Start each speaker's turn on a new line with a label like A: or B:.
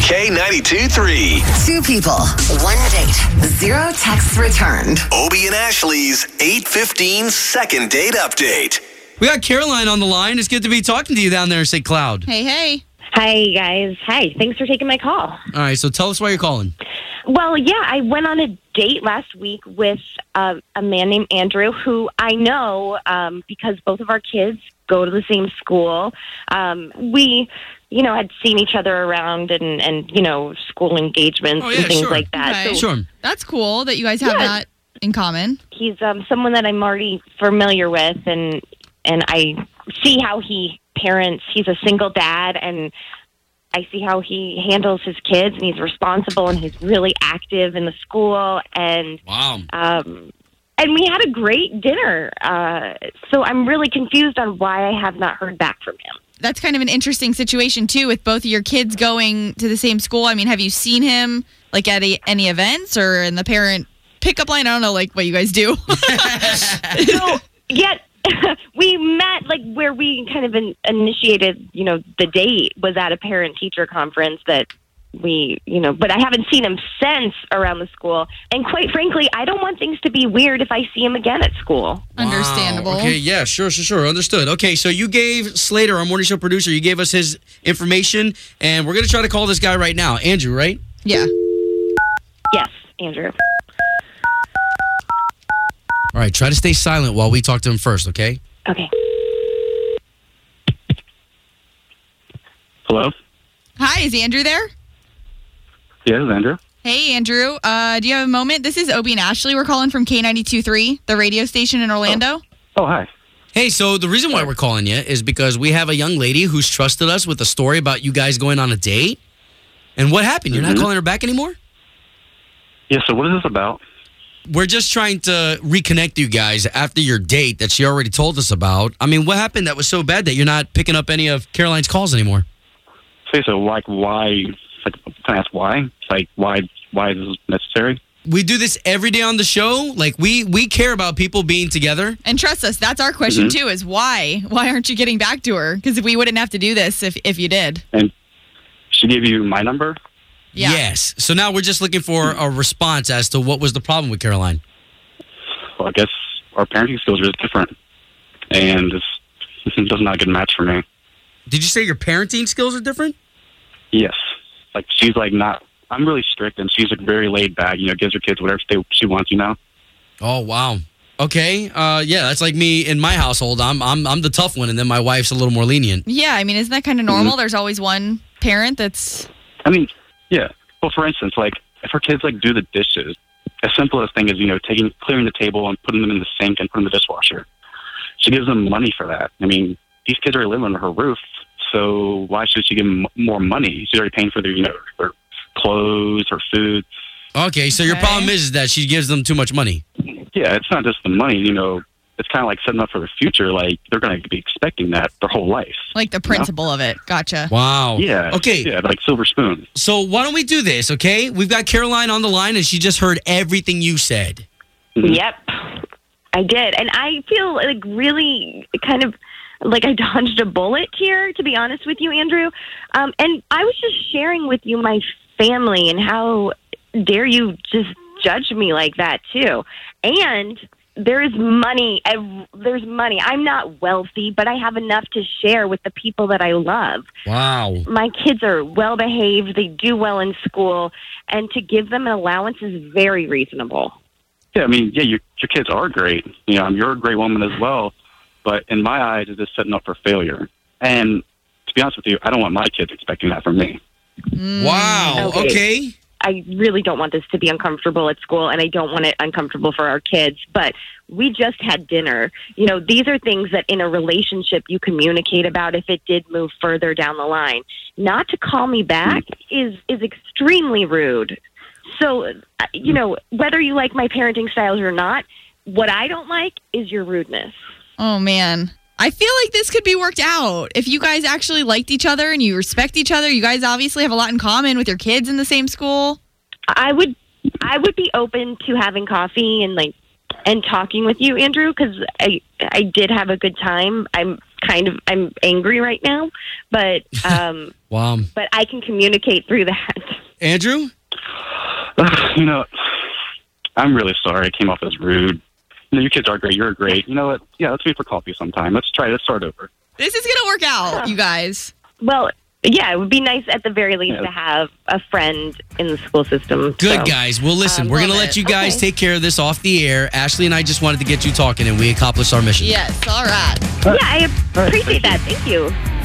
A: K92 3.
B: Two people, one date, zero texts returned.
A: Obie and Ashley's 815 second date update.
C: We got Caroline on the line. It's good to be talking to you down there in St. Cloud.
D: Hey, hey.
E: Hi, guys. Hi. Thanks for taking my call.
C: All right, so tell us why you're calling.
E: Well, yeah, I went on a date last week with uh, a man named Andrew, who I know um, because both of our kids go to the same school. Um, we, you know, had seen each other around and, and you know, school engagements
C: Oh,
E: and
C: yeah,
E: things
C: sure.
E: like that.
D: Okay.
E: So
C: Sure.
D: That's cool that you guys have
E: Yeah.
D: that in common.
E: he's um, someone that I'm already familiar with, and and I see how he parents. He's a single dad, and I see how he handles his kids, and he's responsible, and he's really active in the school, and
C: Wow.
E: um, and we had a great dinner. Uh, so I'm really confused on why I have not heard back from him.
D: That's kind of an interesting situation too, with both of your kids going to the same school. I mean, have you seen him like at a, any events or in the parent pickup line? I don't know, like what you guys do.
E: Yet we met like where we kind of in- initiated, you know, the date was at a parent teacher conference that we, you know, but I haven't seen him since around the school. And quite frankly, I don't want things to be weird if I see him again at school.
D: Understandable.
C: Wow. Okay, yeah, sure, sure, sure. Understood. Okay, so you gave Slater, our morning show producer, you gave us his information, and we're going to try to call this guy right now. Andrew, right?
D: Yeah.
E: Yes, Andrew.
C: All right, try to stay silent while we talk to him first, okay?
E: Okay.
F: Hello.
D: Hi, is Andrew there?
F: Yes, Andrew.
D: Hey, Andrew. Uh, do you have a moment? This is Obie and Ashley. We're calling from K92.3, the radio station in Orlando.
F: Oh, hi.
C: Hey, so the reason why we're calling you is because we have a young lady who's trusted us with a story about you guys going on a date. And what happened? You're not
F: Mhm.
C: calling her back anymore?
F: Yeah. So, what is this about?
C: We're just trying to reconnect you guys after your date that she already told us about. I mean, what happened that was so bad that you're not picking up any of Caroline's calls anymore?
F: Say so. Like, why? Like, can I ask why? Like, why? Why is this necessary?
C: We do this every day on the show. Like we we care about people being together.
D: And trust us, that's our question too is why? Why aren't you getting back to her? Because we wouldn't have to do this if, if you did.
F: And she gave you my number.
D: Yeah.
C: Yes. So now we're just looking for a response as to what was the problem with Caroline.
F: Well, I guess our parenting skills are just different, and this this is not a good match for me.
C: Did you say your parenting skills are different?
F: Yes. Like, she's like not. I'm really strict, and she's like very laid back. You know, gives her kids whatever they, she wants. You know.
C: Oh wow. Okay. Uh, yeah, that's like me in my household. I'm I'm I'm the tough one, and then my wife's a little more lenient.
D: Yeah, I mean, isn't that kind of normal? There's always one parent that's
F: I mean, yeah. Well, for instance, like if her kids like do the dishes, as simple as thing as you know taking clearing the table and putting them in the sink and putting them in the dishwasher, she gives them money for that. I mean, these kids are living under her roof, so why should she give them m- more money? She's already paying for their you know their clothes, her food.
C: Okay. So your
D: Okay.
C: problem is that she gives them too much money.
F: Yeah, it's not just the money, you know. It's kind of like setting up for the future. Like they're going to be expecting that their whole life.
D: like the principal of it. Gotcha.
C: Wow.
F: Yeah.
C: Okay.
F: Yeah, like silver spoon.
C: So why don't we do this? Okay. We've got Caroline on the line, and she just heard everything you said.
F: Mhm.
E: Yep, I did, and I feel like really kind of like I dodged a bullet here, to be honest with you, Andrew. Um, and I was just sharing with you my family and how dare you just judge me like that too. And there is money. ev- There's money. I'm not wealthy, but I have enough to share with the people that I love
C: Wow.
E: my kids are well behaved, they do well in school, and to give them an allowance is very reasonable.
F: Yeah, I mean, yeah, your your kids are great. You know, you're a great woman as well. But in my eyes, it's just setting up for failure. And to be honest with you, I don't want my kids expecting that from me.
D: Mm.
C: Wow.
E: Okay.
C: okay.
E: I really don't want this to be uncomfortable at school, and I don't want it uncomfortable for our kids. But we just had dinner. You know, these are things that in a relationship you communicate about if it did move further down the line. Not to call me back is is extremely rude. So, uh, you know, whether you like my parenting styles or not, what I don't like is your rudeness.
D: Oh, man. I feel like this could be worked out. If you guys actually liked each other and you respect each other, you guys obviously have a lot in common with your kids in the same school.
E: I would I would be open to having coffee and like and talking with you, Andrew, because I I did have a good time. I'm kind of I'm angry right now, but um,
C: Wow.
E: but I can communicate through that.
C: Andrew?
F: you know, I'm really sorry. I came off as rude. You know, you kids are great. You're great. You know what? Yeah, let's meet for coffee sometime. Let's try. Let's start over.
D: This is gonna work out, you guys.
E: Well, yeah, it would be nice at the very least
F: Yeah.
E: to have a friend in the school system.
C: Good
E: so.
C: guys. Well, listen,
D: I
C: we're gonna
D: love
C: let
D: it.
C: you guys
E: Okay.
C: take care of this off the air. Ashley and I just wanted to get you talking, and we accomplished our mission.
D: Yes. All right.
E: Yeah, I
F: All right,
E: appreciate
F: thank
E: that. Thank you.